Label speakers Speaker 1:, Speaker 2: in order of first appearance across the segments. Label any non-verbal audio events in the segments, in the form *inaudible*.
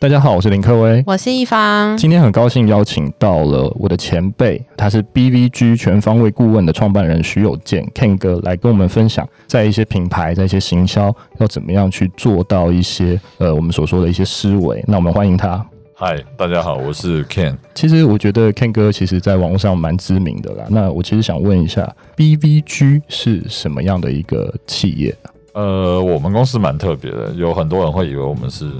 Speaker 1: 大家好，我是林克威。
Speaker 2: 我是一方，
Speaker 1: 今天很高兴邀请到了我的前辈，他是 BVG 全方位顾问的创办人徐有健 Ken 哥来跟我们分享，在一些品牌、在一些行销要怎么样去做到一些呃我们所说的一些思维。那我们欢迎他。
Speaker 3: 嗨，大家好，我是 Ken。
Speaker 1: 其实我觉得 Ken 哥其实在网络上蛮知名的啦。那我其实想问一下，BVG 是什么样的一个企业？
Speaker 3: 呃，我们公司蛮特别的，有很多人会以为我们是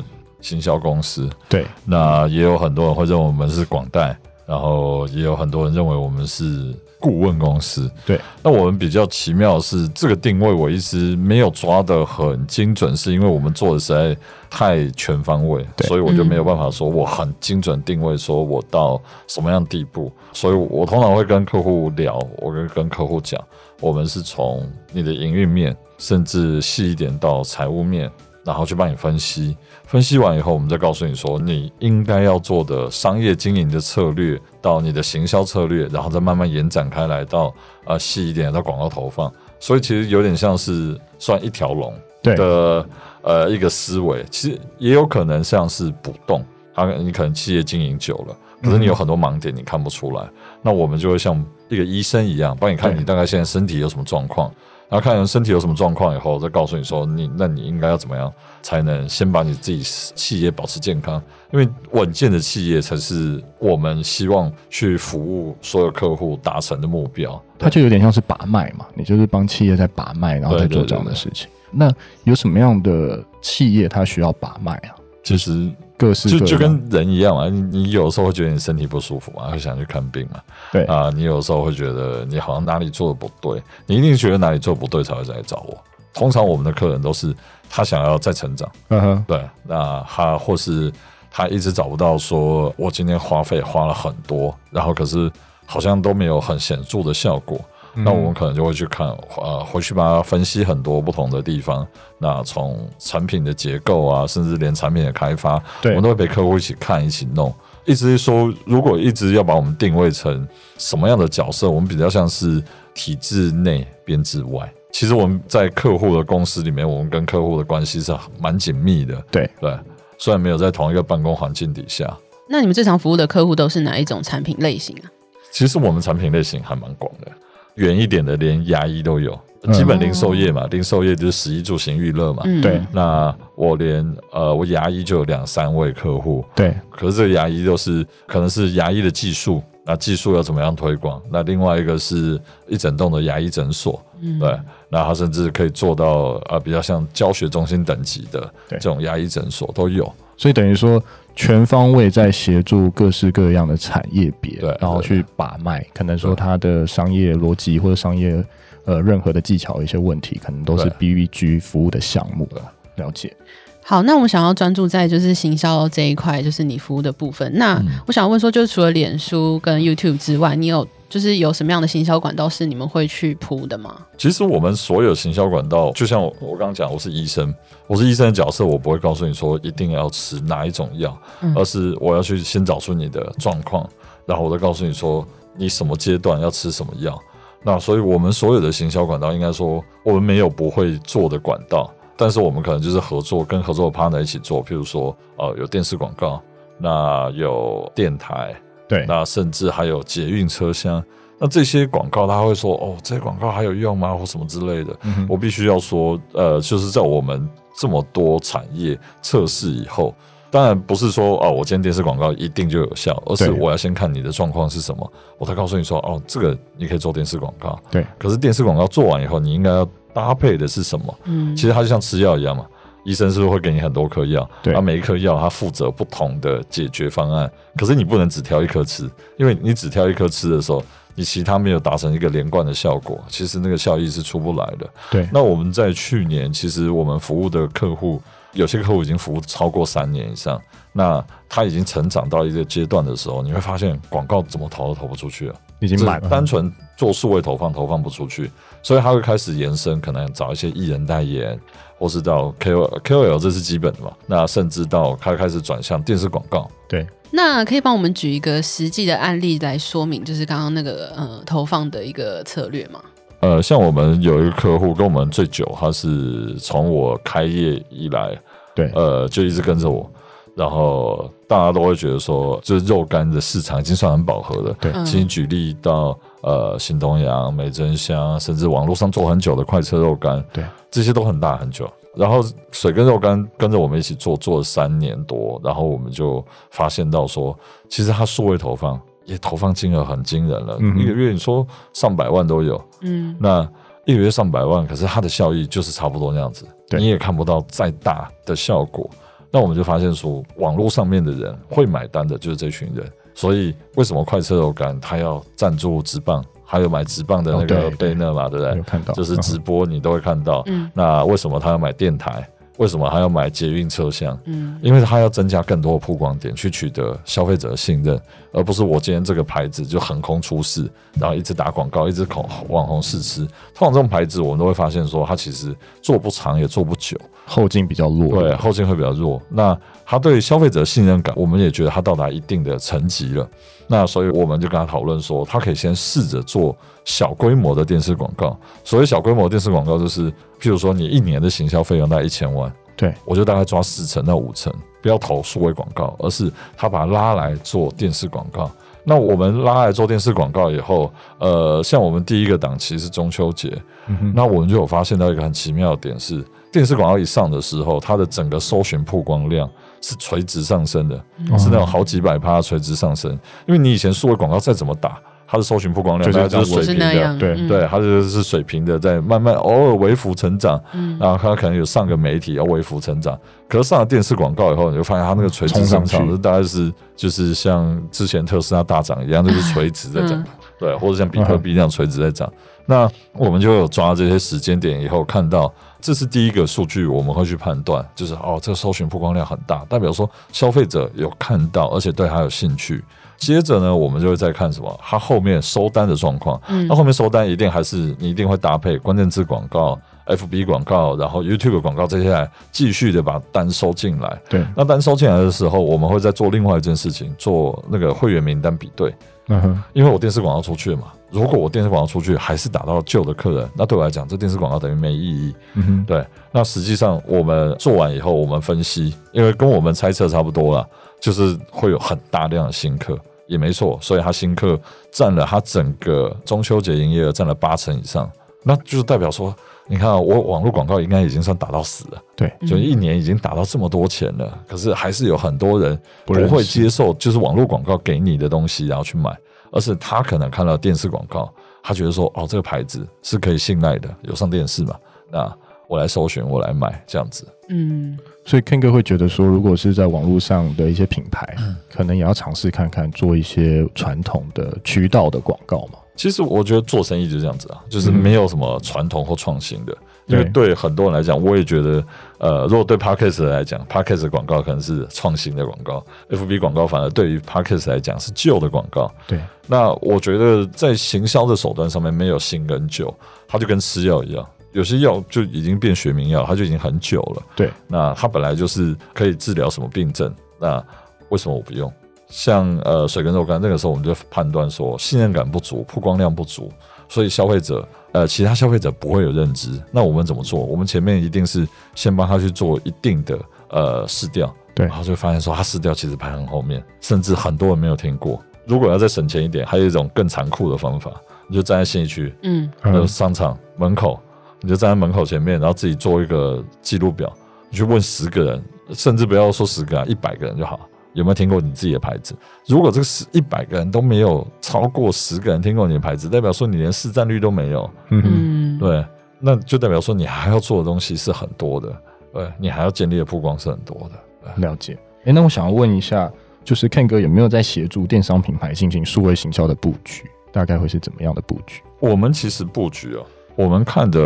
Speaker 3: 行销公司，
Speaker 1: 对，
Speaker 3: 那也有很多人会认为我们是广代，然后也有很多人认为我们是顾问公司。
Speaker 1: 对，
Speaker 3: 那我们比较奇妙的是这个定位，我一直没有抓得很精准，是因为我们做的实在太全方位，
Speaker 1: 对
Speaker 3: 所以我就没有办法说我很精准定位，说我到什么样地步。所以我通常会跟客户聊，我跟跟客户讲，我们是从你的营运面，甚至细一点到财务面，然后去帮你分析。分析完以后，我们再告诉你说你应该要做的商业经营的策略，到你的行销策略，然后再慢慢延展开来到呃细一点到广告投放。所以其实有点像是算一条龙
Speaker 1: 对
Speaker 3: 的呃一个思维，其实也有可能像是补洞，它你可能企业经营久了，可是你有很多盲点你看不出来，那我们就会像一个医生一样，帮你看
Speaker 1: 对
Speaker 3: 你大概现在身体有什么状况，然后看人身体有什么状况以后，再告诉你说你那你应该要怎么样才能先把你自己企业保持健康，因为稳健的企业才是我们希望去服务所有客户达成的目标。
Speaker 1: 它就有点像是把脉嘛，你就是帮企业在把脉，然后再做这样的事情。那有什么样的企业它需要把脉啊？
Speaker 3: 其实
Speaker 1: 各式各样
Speaker 3: 就就跟人一样啊，你你有时候会觉得你身体不舒服嘛，会想去看病嘛。
Speaker 1: 对
Speaker 3: 啊、你有时候会觉得你好像哪里做的不对，你一定觉得哪里做的不对才会来找我。通常我们的客人都是他想要再成长，
Speaker 1: 嗯哼，
Speaker 3: 对，那他或是他一直找不到说，我今天花费花了很多，然后可是好像都没有很显著的效果。那我们可能就会去看，呃，回去把它分析很多不同的地方。那从产品的结构啊，甚至连产品的开发，
Speaker 1: 对
Speaker 3: 我们都会陪客户一起看、一起弄。一直说，如果一直要把我们定位成什么样的角色，我们比较像是体制内、编制外。其实我们在客户的公司里面，我们跟客户的关系是蛮紧密的。
Speaker 1: 对
Speaker 3: 对，虽然没有在同一个办公环境底下，
Speaker 2: 那你们最常服务的客户都是哪一种产品类型啊？
Speaker 3: 其实我们产品类型还蛮广的，远一点的连牙医都有，
Speaker 1: 嗯
Speaker 3: 基本零售业嘛，零售业就是食衣住行娱乐嘛。
Speaker 2: 嗯，
Speaker 1: 对
Speaker 3: 那我连呃，我牙医就有两三位客户，
Speaker 1: 对
Speaker 3: 可是这个牙医都是可能是牙医的技术，那技术要怎么样推广？那另外一个是一整栋的牙医诊所，
Speaker 2: 嗯
Speaker 3: 对，那他甚至可以做到呃比较像教学中心等级的
Speaker 1: 对
Speaker 3: 这种牙医诊所都有。
Speaker 1: 所以等于说全方位在协助各式各样的产业别
Speaker 3: 对，
Speaker 1: 然后去把脉，可能说它的商业逻辑或者商业呃任何的技巧一些问题，可能都是
Speaker 3: 对
Speaker 1: BVG 服务的项目。了解，
Speaker 2: 好，那我们想要专注在就是行销这一块，就是你服务的部分。
Speaker 3: 嗯
Speaker 2: 那我想问说，就是除了脸书跟 YouTube 之外，你有就是有什么样的行销管道是你们会去铺的吗？
Speaker 3: 其实我们所有行销管道，就像我我刚刚讲，我是医生，我是医生的角色，我不会告诉你说一定要吃哪一种药，而是我要去先找出你的状况，然后我再告诉你说你什么阶段要吃什么药。那所以我们所有的行销管道，应该说我们没有不会做的管道，但是我们可能就是合作，跟合作的 partner 一起做，譬如说呃有电视广告，那有电台，
Speaker 1: 对，
Speaker 3: 那甚至还有捷运车厢。那这些广告，他会说哦，这些广告还有用吗？或什么之类的。
Speaker 1: 嗯哼
Speaker 3: 我必须要说，呃，就是在我们这么多产业测试以后，当然不是说哦，我今天电视广告一定就有效，而是
Speaker 1: 对
Speaker 3: 我要先看你的状况是什么，我才告诉你说哦，这个你可以做电视广告。
Speaker 1: 对，
Speaker 3: 可是电视广告做完以后，你应该要搭配的是什么？
Speaker 2: 嗯
Speaker 3: 其实它就像吃药一样嘛，医生是不是会给你很多颗药？
Speaker 1: 对
Speaker 3: 啊，每一颗药它负责不同的解决方案，可是你不能只挑一颗吃，因为你只挑一颗吃的时候，你其他没有达成一个连贯的效果，其实那个效益是出不来的。
Speaker 1: 对，
Speaker 3: 那我们在去年，其实我们服务的客户，有些客户已经服务超过三年以上，那他已经成长到一个阶段的时候，你会发现广告怎么投都投不出去啊了。
Speaker 1: 已经
Speaker 3: 只
Speaker 1: 满了
Speaker 3: 单纯做数位投放，投放不出去，所以他会开始延伸，可能找一些艺人代言，或是到 KOL KOL 这是基本的嘛。那甚至到他开始转向电视广告，
Speaker 1: 对，
Speaker 2: 那可以帮我们举一个实际的案例来说明，就是刚刚那个呃投放的一个策略吗？
Speaker 3: 呃，像我们有一个客户跟我们最久，他是从我开业以来，呃
Speaker 1: 对
Speaker 3: 呃，就一直跟着我。然后大家都会觉得说，就是肉干的市场已经算很饱和了。
Speaker 1: 对
Speaker 2: 嗯
Speaker 3: 请举例到呃新东阳、美珍香，甚至网络上做很久的快车肉干，
Speaker 1: 对，
Speaker 3: 这些都很大很久。然后水跟肉干跟着我们一起做，做了三年多，然后我们就发现到说，其实它数位投放也投放金额很惊人了，
Speaker 1: 嗯哼
Speaker 3: 一个月你说上百万都有，
Speaker 2: 嗯
Speaker 3: 那一个月上百万，可是它的效益就是差不多那样子，
Speaker 1: 对
Speaker 3: 你也看不到再大的效果。那我们就发现说，网络上面的人会买单的就是这群人，所以为什么快车肉干它要赞助直棒，还有买直棒的那
Speaker 1: 哦
Speaker 3: 个
Speaker 1: 对对
Speaker 3: banner 嘛，对不
Speaker 1: 有
Speaker 3: 对？
Speaker 1: 看到，
Speaker 3: 就是
Speaker 1: 嗯
Speaker 3: 直播你都会看到。
Speaker 2: 嗯
Speaker 3: 那为什么他要买电台？为什么他要买捷运车厢？
Speaker 2: 嗯
Speaker 3: 因为它要增加更多的曝光点，去取得消费者的信任，而不是我今天这个牌子就横空出世，然后一直打广告，一直口网红试吃。通常这种牌子，我们都会发现说，它其实做不长也做不久，
Speaker 1: 后劲比较弱，
Speaker 3: 对，啊后劲会比较弱。那它对消费者的信任感，我们也觉得它到达一定的层级了。那所以我们就跟他讨论说，他可以先试着做小规模的电视广告。所谓小规模的电视广告，就是譬如说你一年的行销费用大概一千万，
Speaker 1: 对，
Speaker 3: 我就大概抓四成到五成，不要投数位广告，而是他把它拉来做电视广告。那我们拉来做电视广告以后，呃，像我们第一个档期是中秋节，
Speaker 1: 嗯哼
Speaker 3: 那我们就有发现到一个很奇妙的点是，电视广告一上的时候，它的整个搜寻曝光量是垂直上升的，
Speaker 1: 嗯
Speaker 3: 是那种好几百趴垂直上升。因为你以前数位广告再怎么打，它的搜寻曝光量
Speaker 1: 就
Speaker 3: 大概
Speaker 1: 是
Speaker 3: 就是
Speaker 2: 就
Speaker 3: 水
Speaker 2: 是
Speaker 3: 平
Speaker 2: 那
Speaker 3: 的
Speaker 2: 样，，
Speaker 1: 对
Speaker 2: 嗯
Speaker 3: 对，它就是水平的在慢慢偶尔微幅成长，
Speaker 2: 嗯
Speaker 3: 然后它可能有上个媒体要微幅成长，可是上了电视广告以后，你就发现它那个垂直
Speaker 1: 冲上
Speaker 3: 上
Speaker 1: 去
Speaker 3: 涨，就大概是就是像之前特斯拉大涨一样，就是垂直在涨，
Speaker 2: 嗯
Speaker 3: 对，或者像比特币那样垂直在涨。那我们就有抓这些时间点以后，看到这是第一个数据，我们会去判断，就是哦，这个搜寻曝光量很大，代表说消费者有看到，而且对它有兴趣。接着呢，我们就会再看什么，它后面收单的状况。
Speaker 2: 嗯
Speaker 3: 那后面收单一定还是你一定会搭配关键字广告、FB 广告，然后 YouTube 广告这些来继续的把单收进来。 *laughs*
Speaker 1: 对，
Speaker 3: 那单收进来的时候，我们会再做另外一件事情，做那个会员名单比对。
Speaker 1: 嗯哼，
Speaker 3: 因为我电视广告出去了嘛，如果我电视广告出去还是打到旧的客人，那对我来讲，这电视广告等于没意义。
Speaker 1: 嗯哼，
Speaker 3: 对，那实际上我们做完以后，我们分析，因为跟我们猜测差不多啦，就是会有很大量的新客，也没错，所以他新客占了他整个中秋节营业额占了八成以上，那就是代表说，你看啊、我网络广告应该已经算打到死了，
Speaker 1: 对，
Speaker 3: 就一年已经打到这么多钱了，可是还是有很多人不
Speaker 1: 认识
Speaker 3: 会接受，就是网络广告给你的东西，然后去买，而是他可能看到电视广告，他觉得说，哦，这个牌子是可以信赖的，有上电视嘛，那我来搜寻，我来买，这样子。
Speaker 2: 嗯
Speaker 1: 所以 Ken 哥会觉得说，如果是在网络上的一些品牌，可能也要尝试看看做一些传统的渠道的广告嘛。
Speaker 3: 其实我觉得做生意就是这样子啊，就是
Speaker 1: 嗯
Speaker 3: 没有什么传统或创新的，因为
Speaker 1: 对
Speaker 3: 对很多人来讲，我也觉得，呃，如果对 Podcast 来讲，Podcast 广告可能是创新的广告，FB 广告反而对于 Podcast 来讲是旧的广告。
Speaker 1: 对，
Speaker 3: 那我觉得在行销的手段上面没有新跟旧，它就跟吃药一样，有些药就已经变学名药，它就已经很久了。
Speaker 1: 对，
Speaker 3: 那它本来就是可以治疗什么病症，那为什么我不用？像呃水跟肉干那个时候，我们就判断说信任感不足，曝光量不足，所以消费者呃其他消费者不会有认知。那我们怎么做？我们前面一定是先帮他去做一定的呃试调，
Speaker 1: 对
Speaker 3: 然后就发现说他试调其实排很后面，甚至很多人没有听过。如果要再省钱一点，还有一种更残酷的方法，你就站在信义区
Speaker 2: 嗯
Speaker 3: 呃
Speaker 1: 嗯，
Speaker 3: 商场门口，你就站在门口前面，然后自己做一个记录表，你去问十个人，甚至不要说十个啊，一百个人就好，有没有听过你自己的牌子？如果这十一百个人都没有超过十个人听过你的牌子，代表说你连市占率都没有，
Speaker 1: 嗯哼，
Speaker 2: 嗯，
Speaker 3: 对，那就代表说你还要做的东西是很多的，对，你还要建立的曝光是很多的。
Speaker 1: 了解。诶，那我想要问一下，就是 Ken 哥有没有在协助电商品牌进行数位行销的布局？大概会是怎么样的布局？
Speaker 3: 我们其实布局哦，我们看的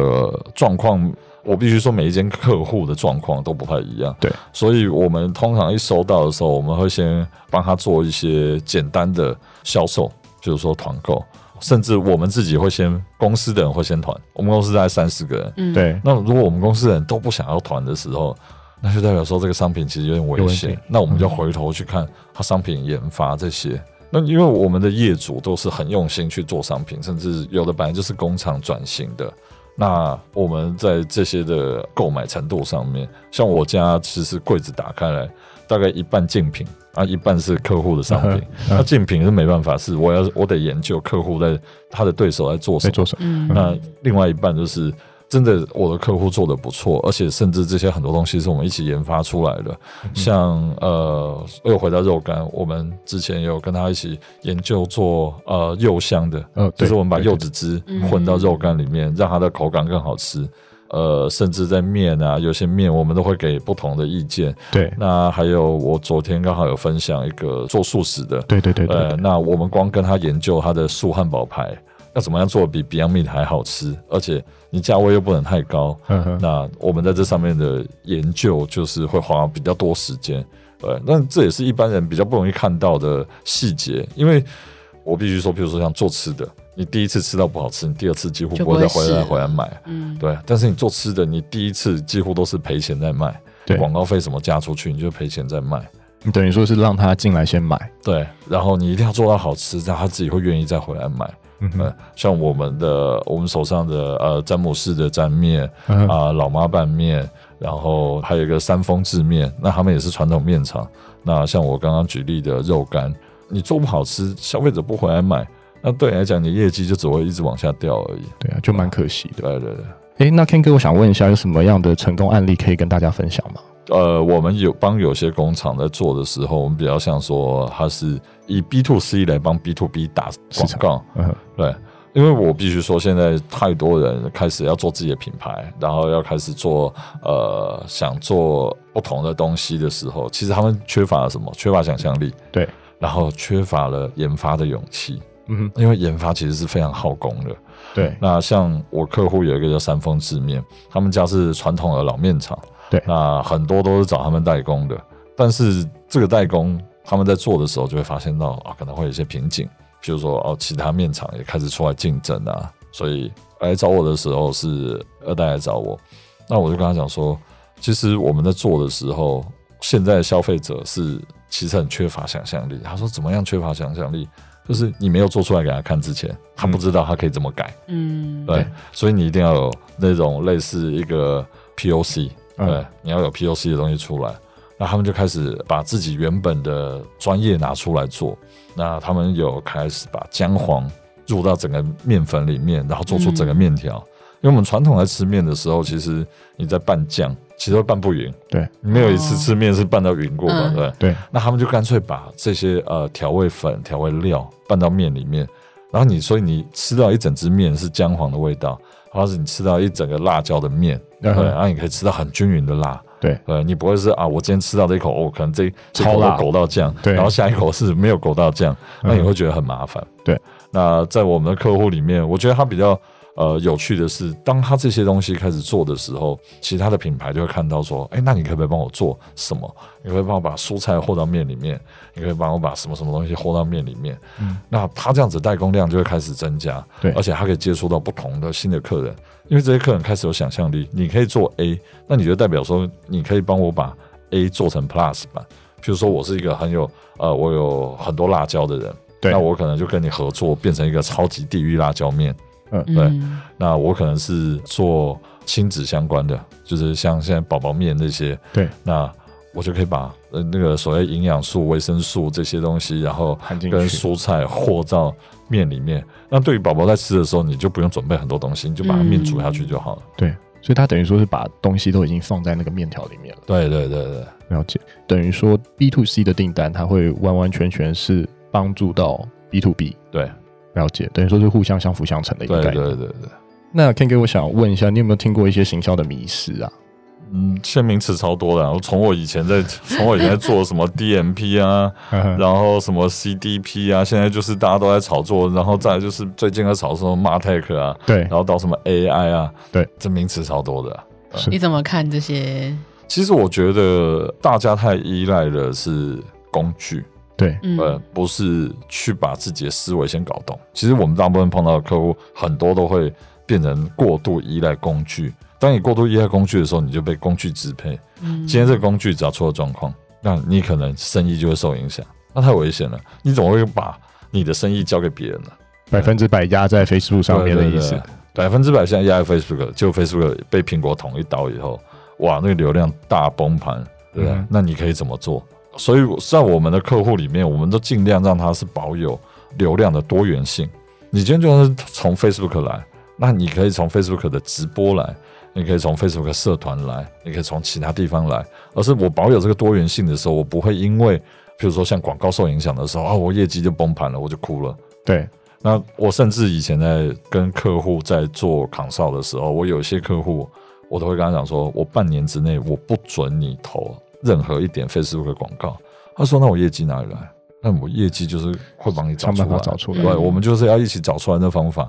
Speaker 3: 状况，我必须说每一间客户的状况都不太一样。
Speaker 1: 对，
Speaker 3: 所以我们通常一收到的时候，我们会先帮他做一些简单的销售，比如说团购，甚至我们自己会先，公司的人会先团。我们公司大概三十个人，
Speaker 2: 嗯
Speaker 1: 对，
Speaker 3: 那如果我们公司的人都不想要团的时候，那就代表说这个商品其实有点危
Speaker 1: 有问
Speaker 3: 险
Speaker 1: 题。嗯
Speaker 3: 那我们就回头去看它商品研发这些。那因为我们的业主都是很用心去做商品，甚至有的本来就是工厂转型的，那我们在这些的购买程度上面，像我家其实柜子打开来，大概一半竞品啊，一半是客户的
Speaker 1: 嗯
Speaker 3: 商品。那竞品是没办法，是我要我得研究客户在他的对手在做什
Speaker 1: 在
Speaker 3: 么。
Speaker 1: 做什么？
Speaker 2: 嗯，
Speaker 3: 那另外一半就是真的，我的客户做的不错，而且甚至这些很多东西是我们一起研发出来的。
Speaker 1: 嗯
Speaker 3: 像呃，又回到肉干，我们之前也有跟他一起研究做呃柚香的，
Speaker 1: 呃，
Speaker 3: 就
Speaker 1: 对，
Speaker 3: 是我们把
Speaker 1: 对嗯
Speaker 3: 柚子汁混到肉干里面，让它的口感更好吃。呃，甚至在面啊，有些面我们都会给不同的意见。
Speaker 1: 对
Speaker 3: 那还有，我昨天刚好有分享一个做素食的，
Speaker 1: 对对对对
Speaker 3: 呃，
Speaker 1: 对，
Speaker 3: 那我们光跟他研究他的素汉堡排要怎么样做比 Beyond Meat 还好吃，而且你价位又不能太高。
Speaker 1: 嗯哼，
Speaker 3: 那我们在这上面的研究就是会花比较多时间，对，那这也是一般人比较不容易看到的细节，因为我必须说，比如说像做吃的，你第一次吃到不好吃，你第二次几乎
Speaker 2: 就
Speaker 3: 不会再
Speaker 2: 不会
Speaker 3: 回来
Speaker 2: 试
Speaker 3: 回来买，
Speaker 2: 嗯，
Speaker 3: 对，但是你做吃的，你第一次几乎都是赔钱在卖，
Speaker 1: 对
Speaker 3: 广告费什么加出去，你就赔钱在卖。
Speaker 1: 你等于说是让他进来先买，
Speaker 3: 对，然后你一定要做到好吃，让他自己会愿意再回来买。
Speaker 1: 嗯
Speaker 3: 呃，像我们的我们手上的呃詹姆士的沾面
Speaker 1: 嗯
Speaker 3: 啊、老妈拌面，然后还有一个三丰制面，那他们也是传统面厂。那像我刚刚举例的肉干，你做不好吃，消费者不回来买，那对你来讲，你业绩就只会一直往下掉而已。
Speaker 1: 对啊，就蛮可惜的。
Speaker 3: 对对对。
Speaker 1: 诶，那 Ken 哥，我想问一下，有什么样的成功案例可以跟大家分享吗？
Speaker 3: 呃，我们有帮有些工厂在做的时候，我们比较像说，它是以 B to C 来帮 B to B 打
Speaker 1: 市
Speaker 3: 广
Speaker 1: 场
Speaker 3: 告，
Speaker 1: 嗯哼，
Speaker 3: 对，因为我必须说，现在太多人开始要做自己的品牌，然后要开始做呃想做不同的东西的时候，其实他们缺乏了什么？缺乏想象力，
Speaker 1: 对，
Speaker 3: 然后缺乏了研发的勇气，
Speaker 1: 嗯哼，
Speaker 3: 因为研发其实是非常耗工的。
Speaker 1: 对，
Speaker 3: 那像我客户有一个叫三丰制面，他们家是传统的老面厂，
Speaker 1: 对
Speaker 3: 那很多都是找他们代工的，但是这个代工他们在做的时候就会发现到啊，可能会有一些瓶颈，譬如说哦，其他面厂也开始出来竞争啊，所以来找我的时候是二代来找我，那我就跟他讲说，其实我们在做的时候，现在的消费者是其实很缺乏想象力。他说怎么样缺乏想象力？就是你没有做出来给他看之前，他不知道他可以怎么改。
Speaker 2: 嗯，
Speaker 3: 对
Speaker 1: 对，
Speaker 3: 所以你一定要有那种类似一个 POC，
Speaker 1: 嗯
Speaker 3: 对，你要有 POC 的东西出来。那他们就开始把自己原本的专业拿出来做。那他们有开始把姜黄入到整个面粉里面，然后做出整个面条。因为我们传统在吃面的时候，其实你在拌酱，其实会拌不匀。
Speaker 1: 对，
Speaker 3: 你没有一次
Speaker 2: 哦
Speaker 3: 吃面是拌到匀过吧？
Speaker 2: 嗯
Speaker 3: 对。
Speaker 1: 对，
Speaker 3: 那他们就干脆把这些呃调味粉、调味料拌到面里面，然后你所以你吃到一整只面是姜黄的味道，或者是你吃到一整个辣椒的面，对，啊
Speaker 1: 嗯哼
Speaker 3: 然后你可以吃到很均匀的辣，
Speaker 1: 对，
Speaker 3: 呃，你不会是啊，我今天吃到这一口，哦，可能这这一
Speaker 1: 超
Speaker 3: 口
Speaker 1: 辣
Speaker 3: 有狗到酱，
Speaker 1: 对嗯
Speaker 3: 然后下一口是没有狗到酱，那你会觉得很麻烦。
Speaker 1: 对，
Speaker 3: 那在我们的客户里面，我觉得他比较。呃，有趣的是，当他这些东西开始做的时候，其他的品牌就会看到说，哎、那你可不可以帮我做什么？你可不可以帮我把蔬菜和到面里面，你可以帮我把什么什么东西和到面里面。
Speaker 1: 嗯
Speaker 3: 那他这样子代工量就会开始增加，
Speaker 1: 对
Speaker 3: 而且他可以接触到不同的新的客人，因为这些客人开始有想象力。你可以做 A，那你就代表说，你可以帮我把 A 做成 Plus 版。譬如说，我是一个很有呃，我有很多辣椒的人，
Speaker 1: 对
Speaker 3: 那我可能就跟你合作，变成一个超级地狱辣椒面。
Speaker 2: 嗯，
Speaker 3: 那我可能是做亲子相关的，就是像现在宝宝面这些，
Speaker 1: 对，
Speaker 3: 那我就可以把呃那个所谓营养素、维生素这些东西，然后
Speaker 1: 含进
Speaker 3: 跟
Speaker 1: 去，
Speaker 3: 蔬菜和到面里面。那对于宝宝在吃的时候，你就不用准备很多东西，你就把它面煮下去就好了。
Speaker 1: 对，所以他等于说是把东西都已经放在那个面条里面了。
Speaker 3: 对对对对
Speaker 1: 了解，等于说 B to C 的订单，它会完完全全是帮助到 B to B。
Speaker 3: 对
Speaker 1: 了解，等于说是互相相辅相成的一个
Speaker 3: 对
Speaker 1: 概
Speaker 3: 对
Speaker 1: 念。
Speaker 3: 对对对。
Speaker 1: 那 Ken 哥，我想问一下，你有没有听过一些行销的迷失啊？
Speaker 3: 嗯，签名词超多的啊、我从我以前在，从我以前在做什么 DMP 啊，
Speaker 1: 嗯
Speaker 3: 然后什么 CDP 啊，现在就是大家都在炒作，然后再来就是最近在炒什么 Martech 啊，
Speaker 1: 对
Speaker 3: 然，后到什么 AI 啊，
Speaker 1: 对，
Speaker 3: 这名词超多的啊、
Speaker 1: 是
Speaker 2: 你怎么看这些？
Speaker 3: 其实我觉得大家太依赖的是工具，
Speaker 1: 对，
Speaker 2: 嗯，
Speaker 3: 呃，不是去把自己的思维先搞懂。其实我们大部分碰到的客户，很多都会变成过度依赖工具。当你过度依赖工具的时候，你就被工具支配。
Speaker 2: 嗯
Speaker 3: 今天这个工具只要出了状况，那你可能生意就会受影响，那太危险了。你怎么会把你的生意交给别人呢？
Speaker 1: 百分之百压在 Facebook 上面的意思
Speaker 3: 对。百分之百现在压在 Facebook，就 Facebook 被苹果捅一刀以后，哇，那个流量大崩盘，对吧、
Speaker 1: 嗯
Speaker 3: 那你可以怎么做？所以在我们的客户里面，我们都尽量让它是保有流量的多元性。你今天就是从 Facebook 来，那你可以从 Facebook 的直播来，你可以从 Facebook 社团来，你可以从其他地方来。而是我保有这个多元性的时候，我不会因为，譬如说像广告受影响的时候啊，我业绩就崩盘了，我就哭了。
Speaker 1: 对，
Speaker 3: 那我甚至以前在跟客户在做 consult 的时候，我有些客户，我都会跟他讲说，我半年之内我不准你投任何一点 Facebook 的广告。他说：“那我业绩哪里来？那我业绩就是会帮你找
Speaker 1: 想
Speaker 3: 出
Speaker 1: 办
Speaker 3: 来，
Speaker 1: 法找出来。
Speaker 3: 对，我们就是要一起找出来那方法。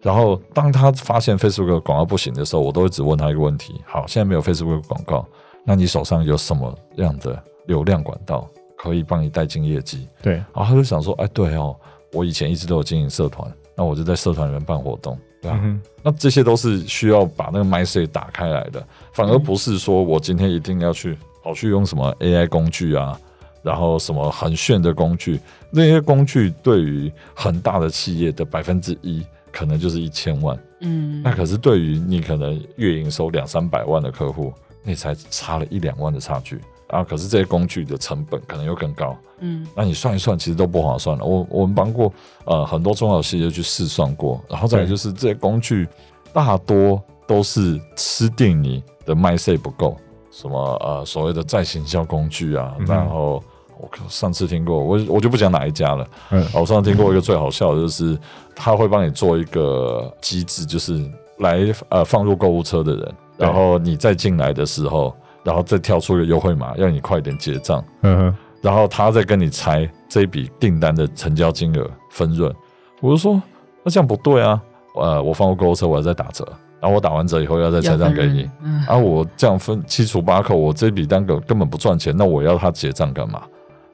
Speaker 3: 然后当他发现 Facebook 的广告不行的时候，我都会只问他一个问题：好，现在没有 Facebook 的广告，那你手上有什么样的流量管道可以帮你带进业绩？
Speaker 1: 对，
Speaker 3: 然后他就想说，哎，对哦，我以前一直都有经营社团，那我就在社团里面办活动，对吧、
Speaker 1: 嗯哼
Speaker 3: 那这些都是需要把那个 mindset 打开来的，反而不是说我今天一定要去跑去用什么 AI 工具啊，然后什么很炫的工具，那些工具对于很大的企业的百分之一，可能就是一千万，
Speaker 2: 嗯
Speaker 3: 那可是对于你可能月营收两三百万的客户，那才差了一两万的差距啊。可是这些工具的成本可能又更高，
Speaker 2: 嗯
Speaker 3: 那你算一算，其实都不划算了。我我们帮过呃很多中小企业去试算过，然后再来就是这些工具大多都是吃定你的卖 C 不够，什么呃所谓的再行销工具啊，
Speaker 1: 嗯哼
Speaker 3: 然后我上次听过，我我就不讲哪一家了。
Speaker 1: 嗯
Speaker 3: 我上次听过一个最好笑的就是他会帮你做一个机制，就是来呃放入购物车的人，
Speaker 1: 对
Speaker 3: 然后你再进来的时候，然后再跳出一个优惠码，要你快点结账。
Speaker 1: 嗯哼，
Speaker 3: 然后他再跟你拆这一笔订单的成交金额分润。我就说，那这样不对啊，呃，我放过购物车，我要再打折，然后我打完折以后要再拆账给你，，
Speaker 2: 嗯
Speaker 3: 啊，我这样分七除八扣，我这笔单个根本不赚钱，那我要他结账干嘛？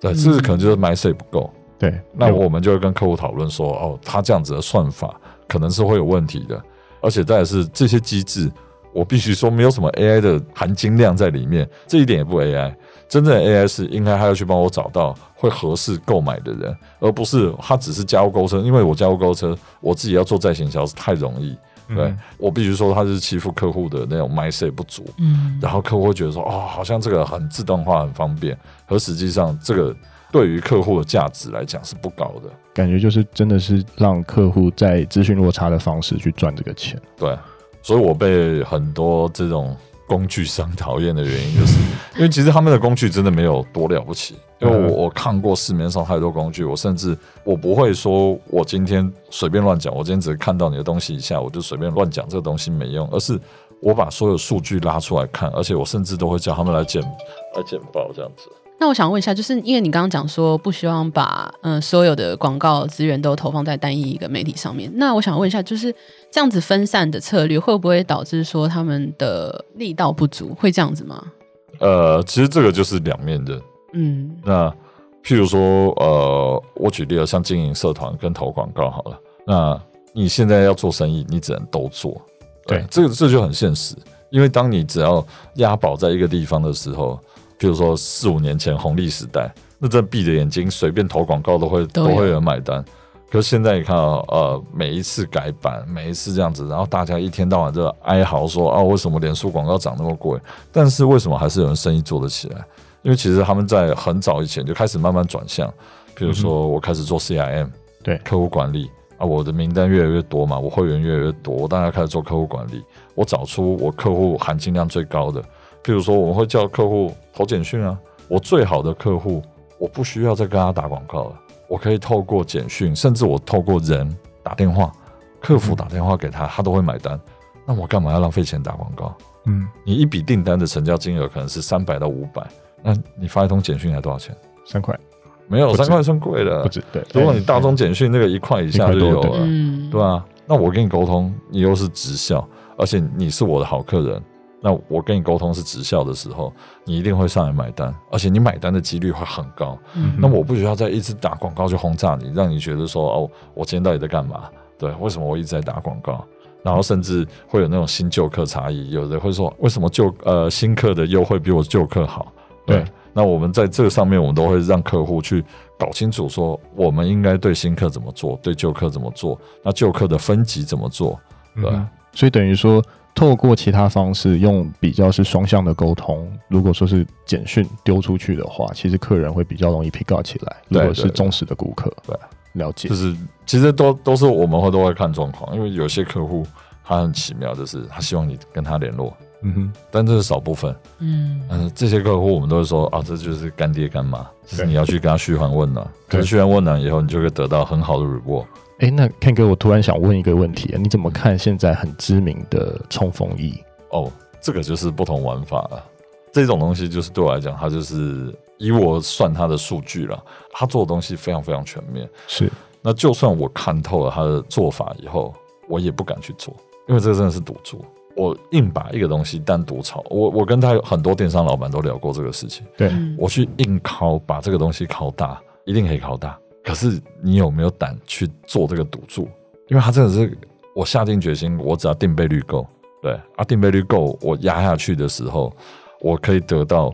Speaker 3: 对，
Speaker 2: 嗯
Speaker 3: 这可能就是 my say 不够。
Speaker 1: 对。
Speaker 3: 那我们就会跟客户讨论说，哦，他这样子的算法可能是会有问题的，而且再来是这些机制，我必须说没有什么 AI 的含金量在里面，这一点也不 AI。真正的 AI 是应该他要去帮我找到会合适购买的人，而不是他只是加入购物车，因为我加入购物车，我自己要做再行销是太容易。对、
Speaker 1: 嗯
Speaker 3: 我必须说，他是欺负客户的那种 mindset 不足。
Speaker 2: 嗯
Speaker 3: 然后客户会觉得说，哦，好像这个很自动化、很方便，可实际上这个对于客户的价值来讲是不高的。
Speaker 1: 感觉就是真的是让客户在资讯落差的方式去赚这个钱。
Speaker 3: 对，所以我被很多这种工具商讨厌的原因，就是因为其实他们的工具真的没有多了不起。因为
Speaker 1: 嗯
Speaker 3: 我我看过市面上太多工具，我甚至我不会说我今天随便乱讲，我今天只是看到你的东西一下，我就随便乱讲这个东西没用，而是我把所有数据拉出来看，而且我甚至都会叫他们来剪来剪报这样子。
Speaker 2: 那我想问一下，就是因为你刚刚讲说不希望把嗯、呃所有的广告资源都投放在单一一个媒体上面，那我想问一下，就是这样子分散的策略会不会导致说他们的力道不足？会这样子吗？
Speaker 3: 呃，其实这个就是两面刃。
Speaker 2: 嗯
Speaker 3: 那譬如说，呃，我举例了，像经营社团跟投广告好了，那你现在要做生意，你只能都做，
Speaker 1: 对
Speaker 3: 这个这就很现实，因为当你只要押宝在一个地方的时候，譬如说四五年前红利时代，那真的闭着眼睛随便投广告都会
Speaker 2: 都
Speaker 3: 都
Speaker 2: 有
Speaker 3: 会有人买单。可是现在你看啊、呃，每一次改版，每一次这样子，然后大家一天到晚就哀嚎说啊，为什么脸书广告涨那么贵？但是为什么还是有人生意做得起来？因为其实他们在很早以前就开始慢慢转向，比如说我开始做 CRM，
Speaker 1: 对
Speaker 3: 客户管理啊，我的名单越来越多嘛，我会员越来越多，我当然开始做客户管理，我找出我客户含金量最高的，譬如说我们会叫客户投简讯啊，我最好的客户，我不需要再跟他打广告了，我可以透过简讯，甚至我透过人打电话，客服打电话给他，他都会买单，那我干嘛要浪费钱打广告？
Speaker 1: 嗯，
Speaker 3: 你一笔订单的成交金额可能是三百到五百，那你发一通简讯才多少钱？
Speaker 1: 三块
Speaker 3: 没有
Speaker 1: 不止
Speaker 3: 三块算贵的
Speaker 1: 不，止，对。
Speaker 3: 呃如果你大众简讯那个一块以下就有
Speaker 1: 一块多
Speaker 3: 了，
Speaker 2: 嗯，
Speaker 3: 对啊，那我跟你沟通，你又是直销，而且你是我的好客人，那我跟你沟通是直销的时候，你一定会上来买单，而且你买单的几率会很高。
Speaker 2: 嗯
Speaker 3: 那我不需要再一直打广告去轰炸你，让你觉得说哦，我今天到底在干嘛？对，为什么我一直在打广告？然后甚至会有那种新旧客差异，有的会说为什么旧呃新客的优惠比我旧客好？
Speaker 1: 对
Speaker 3: 那我们在这个上面，我们都会让客户去搞清楚，说我们应该对新客怎么做，对旧客怎么做，那旧客的分级怎么做？对，
Speaker 1: 嗯哼所以等于说，透过其他方式，用比较是双向的沟通。如果说是简讯丢出去的话，其实客人会比较容易 pick up 起来。如
Speaker 3: 对
Speaker 1: 果是
Speaker 3: 对
Speaker 1: 忠实的顾客，
Speaker 3: 对
Speaker 1: 了解
Speaker 3: 就。是其实都都是我们会都会看状况，因为有些客户他很奇妙，就是他希望你跟他联络，
Speaker 1: 嗯哼，
Speaker 3: 但这是少部分。
Speaker 2: 嗯，
Speaker 3: 嗯，这些客户我们都会说啊，这就是干爹干妈，就是你要去跟他嘘寒问暖，
Speaker 1: 对
Speaker 3: 跟嘘寒问暖以后，你就会得到很好的 reward。
Speaker 1: 哎，那 Ken 哥，我突然想问一个问题，啊你怎么看现在很知名的冲锋衣？
Speaker 3: 哦，这个就是不同玩法了。这种东西就是对我来讲，它就是以我算它的数据了，他做的东西非常非常全面。
Speaker 1: 是
Speaker 3: 那就算我看透了他的做法以后，我也不敢去做，因为这真的是赌注。我硬把一个东西单独炒，我我跟他有很多电商老板都聊过这个事情。
Speaker 1: 对，
Speaker 2: 嗯
Speaker 3: 我去硬敲把这个东西敲大，一定可以敲大。可是你有没有胆去做这个赌注？因为它真的是我下定决心，我只要定倍率够，对啊，定倍率够，我压下去的时候，我可以得到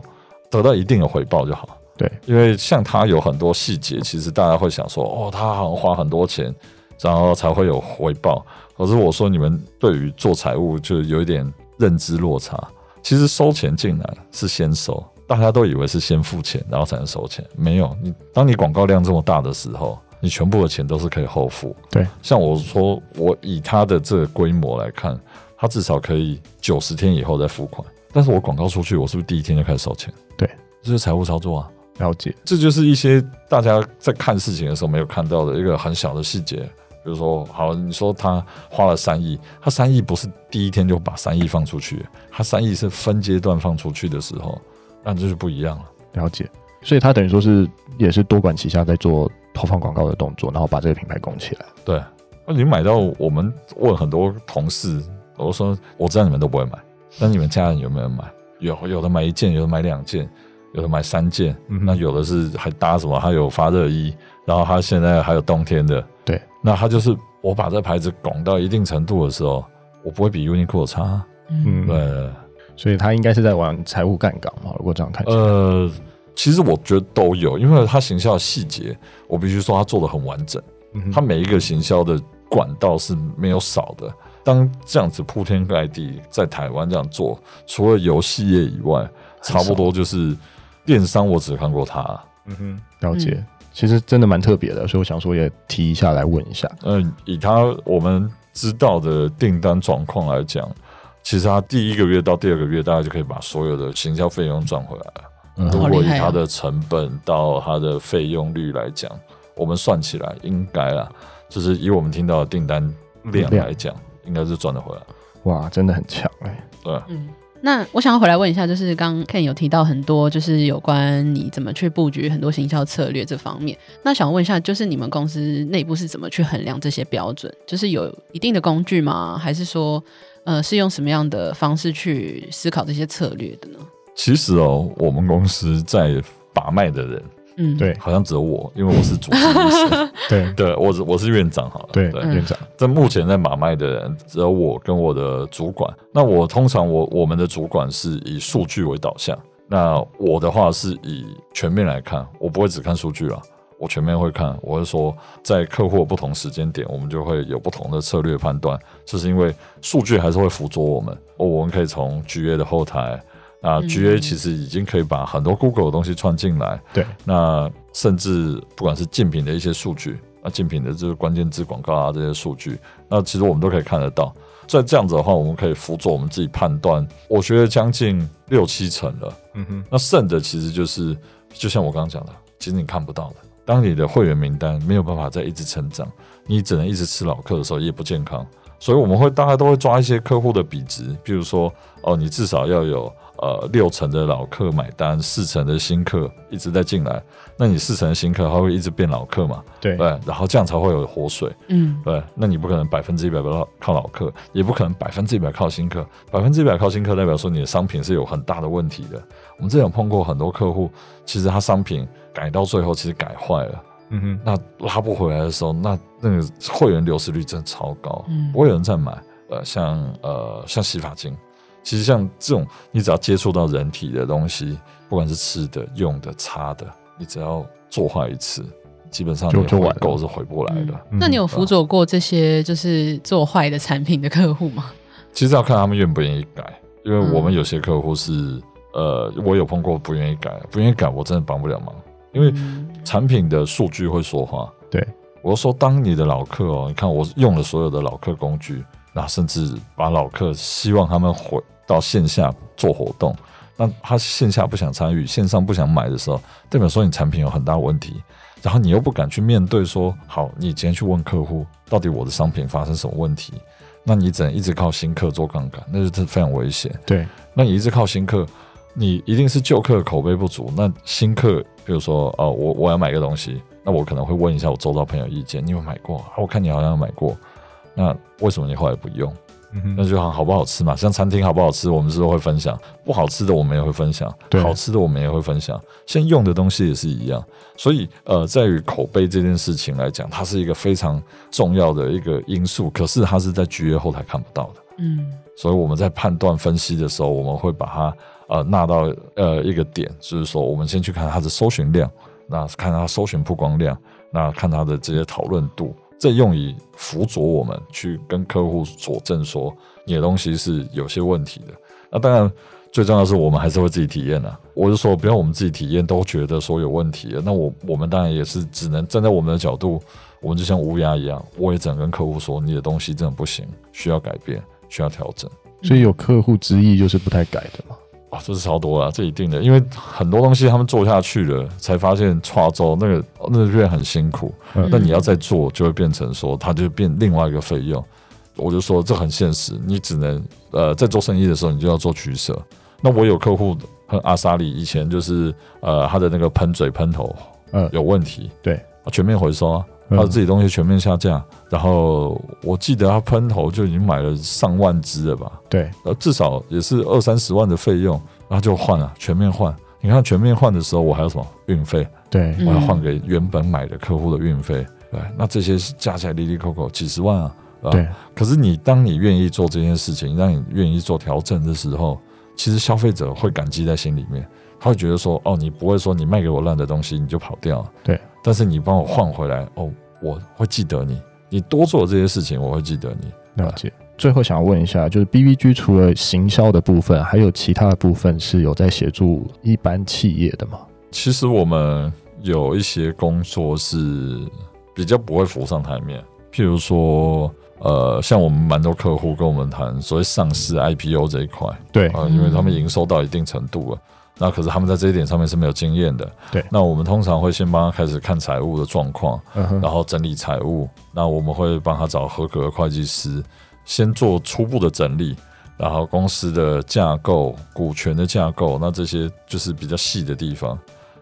Speaker 3: 得到一定的回报就好。
Speaker 1: 对，
Speaker 3: 因为像它有很多细节，其实大家会想说，哦，它好像花很多钱，然后才会有回报。可是我说，你们对于做财务就有一点认知落差。其实收钱进来是先收，大家都以为是先付钱，然后才能收钱。没有，你当你广告量这么大的时候，你全部的钱都是可以后付。
Speaker 1: 对，
Speaker 3: 像我说，我以它的这个规模来看，它至少可以九十天以后再付款。但是我广告出去，我是不是第一天就开始收钱？
Speaker 1: 对，
Speaker 3: 这就是财务操作啊。
Speaker 1: 了解。
Speaker 3: 这就是一些大家在看事情的时候没有看到的一个很小的细节。比如说，好，你说他花了三亿，他三亿不是第一天就把三亿放出去，他三亿是分阶段放出去的时候，那这就是不一样了。
Speaker 1: 了解，所以他等于说是也是多管齐下在做投放广告的动作，然后把这个品牌拱起来。
Speaker 3: 对，那你买到我们问很多同事，我说我知道你们都不会买，但你们家人有没有买？有，有的买一件，有的买两件，有的买三件，
Speaker 1: 嗯
Speaker 3: 那有的是还搭什么？还有发热衣，然后它现在还有冬天的。
Speaker 1: 对，
Speaker 3: 那它就是我把这牌子拱到一定程度的时候，我不会比 Uniqlo 差啊。
Speaker 1: 嗯
Speaker 3: 对，
Speaker 1: 所以他应该是在玩财务杠杆嘛？如果这样看起来，
Speaker 3: 呃，其实我觉得都有，因为它行销的细节，我必须说它做的很完整。
Speaker 1: 嗯哼
Speaker 3: 它每一个行销的管道是没有少的。当这样子铺天盖地在台湾这样做，除了游戏业以外，
Speaker 1: 很少
Speaker 3: 差不多就是电商，我只看过它。
Speaker 1: 嗯哼，了解。其实真的蛮特别的，所以我想说也提一下来问一下。
Speaker 3: 嗯，以它我们知道的订单状况来讲，其实它第一个月到第二个月，大概就可以把所有的行销费用赚回来了。
Speaker 1: 嗯
Speaker 3: 如
Speaker 2: 好
Speaker 3: 果
Speaker 2: 厉
Speaker 3: 以
Speaker 2: 害啊
Speaker 3: 它的成本到它的费用率来讲，我们算起来应该啊，就是以我们听到的订单量
Speaker 1: 量
Speaker 3: 来讲，应该是赚得回来。
Speaker 1: 哇，真的很强哎、
Speaker 3: 对，啊
Speaker 2: 嗯，那我想要回来问一下，就是刚刚 Ken 有提到很多，就是有关你怎么去布局很多行销策略这方面。那想问一下，就是你们公司内部是怎么去衡量这些标准？就是有一定的工具吗？还是说，呃，是用什么样的方式去思考这些策略的呢？
Speaker 3: 其实哦，我们公司在把脉的人
Speaker 2: 嗯，
Speaker 1: 对
Speaker 3: 好像只有我，因为我是主治医
Speaker 1: *laughs*
Speaker 3: 师，
Speaker 1: 对
Speaker 3: 对我是我是院长好了。 *laughs*
Speaker 1: 对，
Speaker 2: 嗯
Speaker 1: 院长，
Speaker 3: 在目前在把脉的人只有我跟我的主管。那我通常我我们的主管是以数据为导向，那我的话是以全面来看，我不会只看数据啊。我全面会看，我会说，在客户的不同时间点，我们就会有不同的策略判断，就是因为数据还是会辅佐我们。哦，我们可以从 GA 的后台，啊、
Speaker 2: 嗯
Speaker 3: GA 其实已经可以把很多 Google 的东西串进来， *laughs*
Speaker 1: 对，
Speaker 3: 那甚至不管是竞品的一些数据，那竞品的这个关键字广告啊这些数据，那其实我们都可以看得到。在这样子的话，我们可以辅佐我们自己判断。我觉得将近六七成了。
Speaker 1: 嗯哼，
Speaker 3: 那剩的其实就是，就像我刚刚讲的，其实你看不到的。当你的会员名单没有办法再一直成长，你只能一直吃老客的时候，也不健康。所以我们会大概都会抓一些客户的比值，比如说哦，你至少要有呃六成的老客买单，四成的新客一直在进来，那你四成的新客他会一直变老客嘛？
Speaker 1: 对
Speaker 3: 对，然后这样才会有活水。
Speaker 2: 嗯，
Speaker 3: 对，那你不可能百分之一百靠靠老客，也不可能百分之一百靠新客。百分之一百靠新客，代表说你的商品是有很大的问题的。我们之前有碰过很多客户，其实他商品改到最后其实改坏了，
Speaker 1: 嗯哼，
Speaker 3: 那拉不回来的时候，那那个会员流失率真的超高，
Speaker 2: 嗯
Speaker 3: 不会有人再买。呃，像呃像洗发精，其实像这种你只要接触到人体的东西，不管是吃的、用的、擦的，你只要做坏一次，基本上
Speaker 1: 就
Speaker 3: 你
Speaker 1: 就完
Speaker 3: 回
Speaker 1: 了
Speaker 2: 嗯
Speaker 3: 购是回不来的。
Speaker 2: 嗯那你有辅佐过这些就是做坏的产品的客户吗？
Speaker 3: 其实要看他们愿不愿意改，因为
Speaker 2: 嗯
Speaker 3: 我们有些客户是、呃，我有碰过不愿意改，不愿意改我真的帮不了忙，因为
Speaker 2: 嗯
Speaker 3: 产品的数据会说话。
Speaker 1: 对，
Speaker 3: 我就说当你的老客哦，你看我用了所有的老客工具，那甚至把老客希望他们回到线下做活动，那他线下不想参与，线上不想买的时候，代表说你产品有很大问题。然后你又不敢去面对说，好，你今天去问客户到底我的商品发生什么问题，那你只能一直靠新客做杠杆，那就是非常危险。
Speaker 1: 对，
Speaker 3: 那你一直靠新客，你一定是旧客口碑不足。那新客，比如说，哦，我我要买个东西，那我可能会问一下我周遭朋友意见，你有没有买过？啊，我看你好像有买过，那为什么你后来不用？ *laughs* 那
Speaker 1: 嗯
Speaker 3: 就好好不好吃嘛，像餐厅好不好吃，我们是都会分享；不好吃的我们也会分享，
Speaker 1: 对
Speaker 3: 好吃的我们也会分享。现用的东西也是一样，所以呃，在于口碑这件事情来讲，它是一个非常重要的一个因素，可是它是在局约后台看不到的。
Speaker 2: 嗯
Speaker 3: 所以我们在判断分析的时候，我们会把它呃纳到呃一个点，就是说我们先去看它的搜寻量，那看它搜寻曝光量，那看它的这些讨论度，这用以辅佐我们去跟客户佐证说你的东西是有些问题的。那当然。最重要的是，我们还是会自己体验啊。我就说，不要我们自己体验都觉得说有问题了，那我我们当然也是只能站在我们的角度，我们就像乌鸦一样，我也只能跟客户说，你的东西真的不行，需要改变，需要调整。
Speaker 1: 所以有客户之意就是不太改的嘛。
Speaker 3: 啊，这是超多了，这一定的，因为很多东西他们做下去了，才发现跨州那个哦那个月很辛苦，
Speaker 1: 嗯
Speaker 3: 那你要再做，就会变成说它就变另外一个费用。我就说这很现实，你只能呃在做生意的时候，你就要做取舍。那我有客户和阿莎里以前就是呃他的那个喷嘴喷头
Speaker 1: 嗯
Speaker 3: 有问题，
Speaker 1: 对
Speaker 3: 啊，全面回收啊，
Speaker 1: 嗯
Speaker 3: 他自己东西全面下架，然后我记得他喷头就已经买了上万只了吧，
Speaker 1: 对，
Speaker 3: 呃，至少也是二三十万的费用，然后就换了，全面换。你看全面换的时候，我还有什么运费？
Speaker 1: 对，
Speaker 2: 嗯
Speaker 3: 我要换给原本买的客户的运费，对，那这些加起来利利扣扣几十万啊。啊
Speaker 1: 对，
Speaker 3: 可是你当你愿意做这件事情，让你愿意做调整的时候，其实消费者会感激在心里面，他会觉得说，哦，你不会说你卖给我烂的东西你就跑掉，啊
Speaker 1: 对，
Speaker 3: 但是你帮我换回来，哦，我会记得你，你多做这些事情，我会记得你。
Speaker 1: 了解。最后想问一下，就是 BVG 除了行销的部分，还有其他的部分是有在协助一般企业的吗？
Speaker 3: 其实我们有一些工作是比较不会浮上台面，譬如说，呃，像我们蛮多客户跟我们谈所谓上市 IPO 这一块
Speaker 1: 对
Speaker 3: 啊、因为他们营收到一定程度了。那可是他们在这一点上面是没有经验的。
Speaker 1: 对
Speaker 3: 那我们通常会先帮他开始看财务的状况，
Speaker 1: 嗯哼
Speaker 3: 然后整理财务。那我们会帮他找合格的会计师，先做初步的整理，然后公司的架构、股权的架构，那这些就是比较细的地方。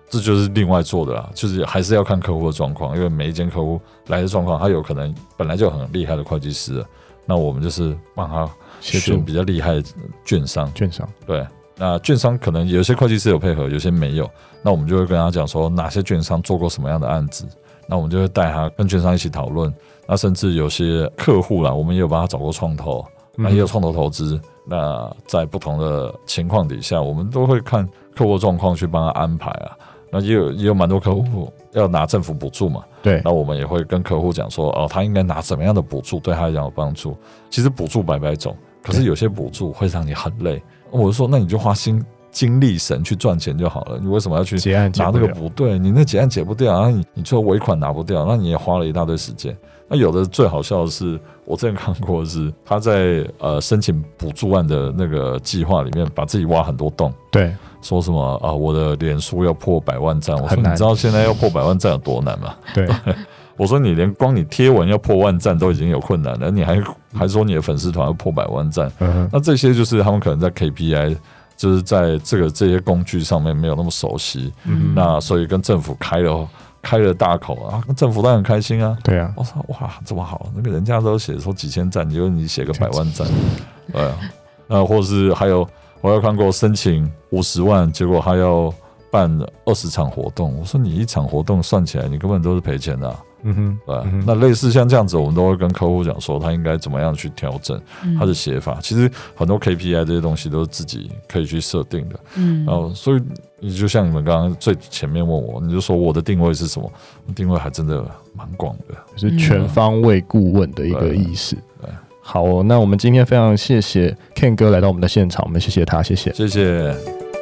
Speaker 3: 这就是另外做的啦，就是还是要看客户的状况，因为每一间客户来的状况，他有可能本来就很厉害的会计师了，那我们就是帮他
Speaker 1: 协
Speaker 3: 选
Speaker 1: 助
Speaker 3: 比较厉害的券商，
Speaker 1: 券商。
Speaker 3: 对，那券商可能有些会计师有配合，有些没有。那我们就会跟他讲说哪些券商做过什么样的案子，那我们就会带他跟券商一起讨论。那甚至有些客户啦，我们也有帮他找过创投，那也有创投投资。那在不同的情况底下，我们都会看客户状况去帮他安排啊。那也有也有蛮多客户要拿政府补助嘛，
Speaker 1: 对，
Speaker 3: 那我们也会跟客户讲说，哦，他应该拿什么样的补助对他来讲有帮助。其实补助百百种，可是有些补助会让你很累。我就说，那你就花心精力神去赚钱就好了，你为什么要去
Speaker 1: 结案结
Speaker 3: 拿
Speaker 1: 不
Speaker 3: 那个
Speaker 1: 了
Speaker 3: 不对，你那结案解不掉，然后你你最后尾款拿不掉，那你也花了一大堆时间。那有的最好笑的是，我之前看过的是他在呃申请补助案的那个计划里面，把自己挖很多洞。
Speaker 1: 对，
Speaker 3: 说什么啊？我的脸书要破百万赞，我说
Speaker 1: 很
Speaker 3: 你
Speaker 1: 难
Speaker 3: 知道现在要破百万赞有多难吗？
Speaker 1: *laughs* 对，
Speaker 3: 我说你连光你贴文要破万赞都已经有困难了，你还还说你的粉丝团要破百万赞，
Speaker 1: 嗯哼，
Speaker 3: 那这些就是他们可能在 KPI，就是在这个这些工具上面没有那么熟悉，
Speaker 2: 嗯
Speaker 3: 那所以跟政府开了开了大口啊，跟政府当然很开心啊。
Speaker 1: 对啊，
Speaker 3: 我说哇，这么好，那个人家都写说几千赞，结果你写个百万赞，对啊，那或是还有我有看过申请五十万，结果他要办二十场活动，我说你一场活动算起来，你根本都是赔钱的啊、
Speaker 1: 嗯哼，
Speaker 3: 对吧
Speaker 1: 嗯哼
Speaker 3: 那类似像这样子，我们都会跟客户讲说，他应该怎么样去调整
Speaker 2: 嗯
Speaker 1: 嗯
Speaker 3: 他的写法。其实很多 KPI 这些东西都是自己可以去设定的。
Speaker 2: 嗯
Speaker 3: 然后，所以你就像你们刚刚最前面问我，你就说我的定位是什么？定位还真的蛮广的。
Speaker 1: 嗯就是全方位顾问的一个意识。好哦，那我们今天非常谢谢 Ken 哥来到我们的现场，我们谢谢他，谢谢。
Speaker 3: 谢谢。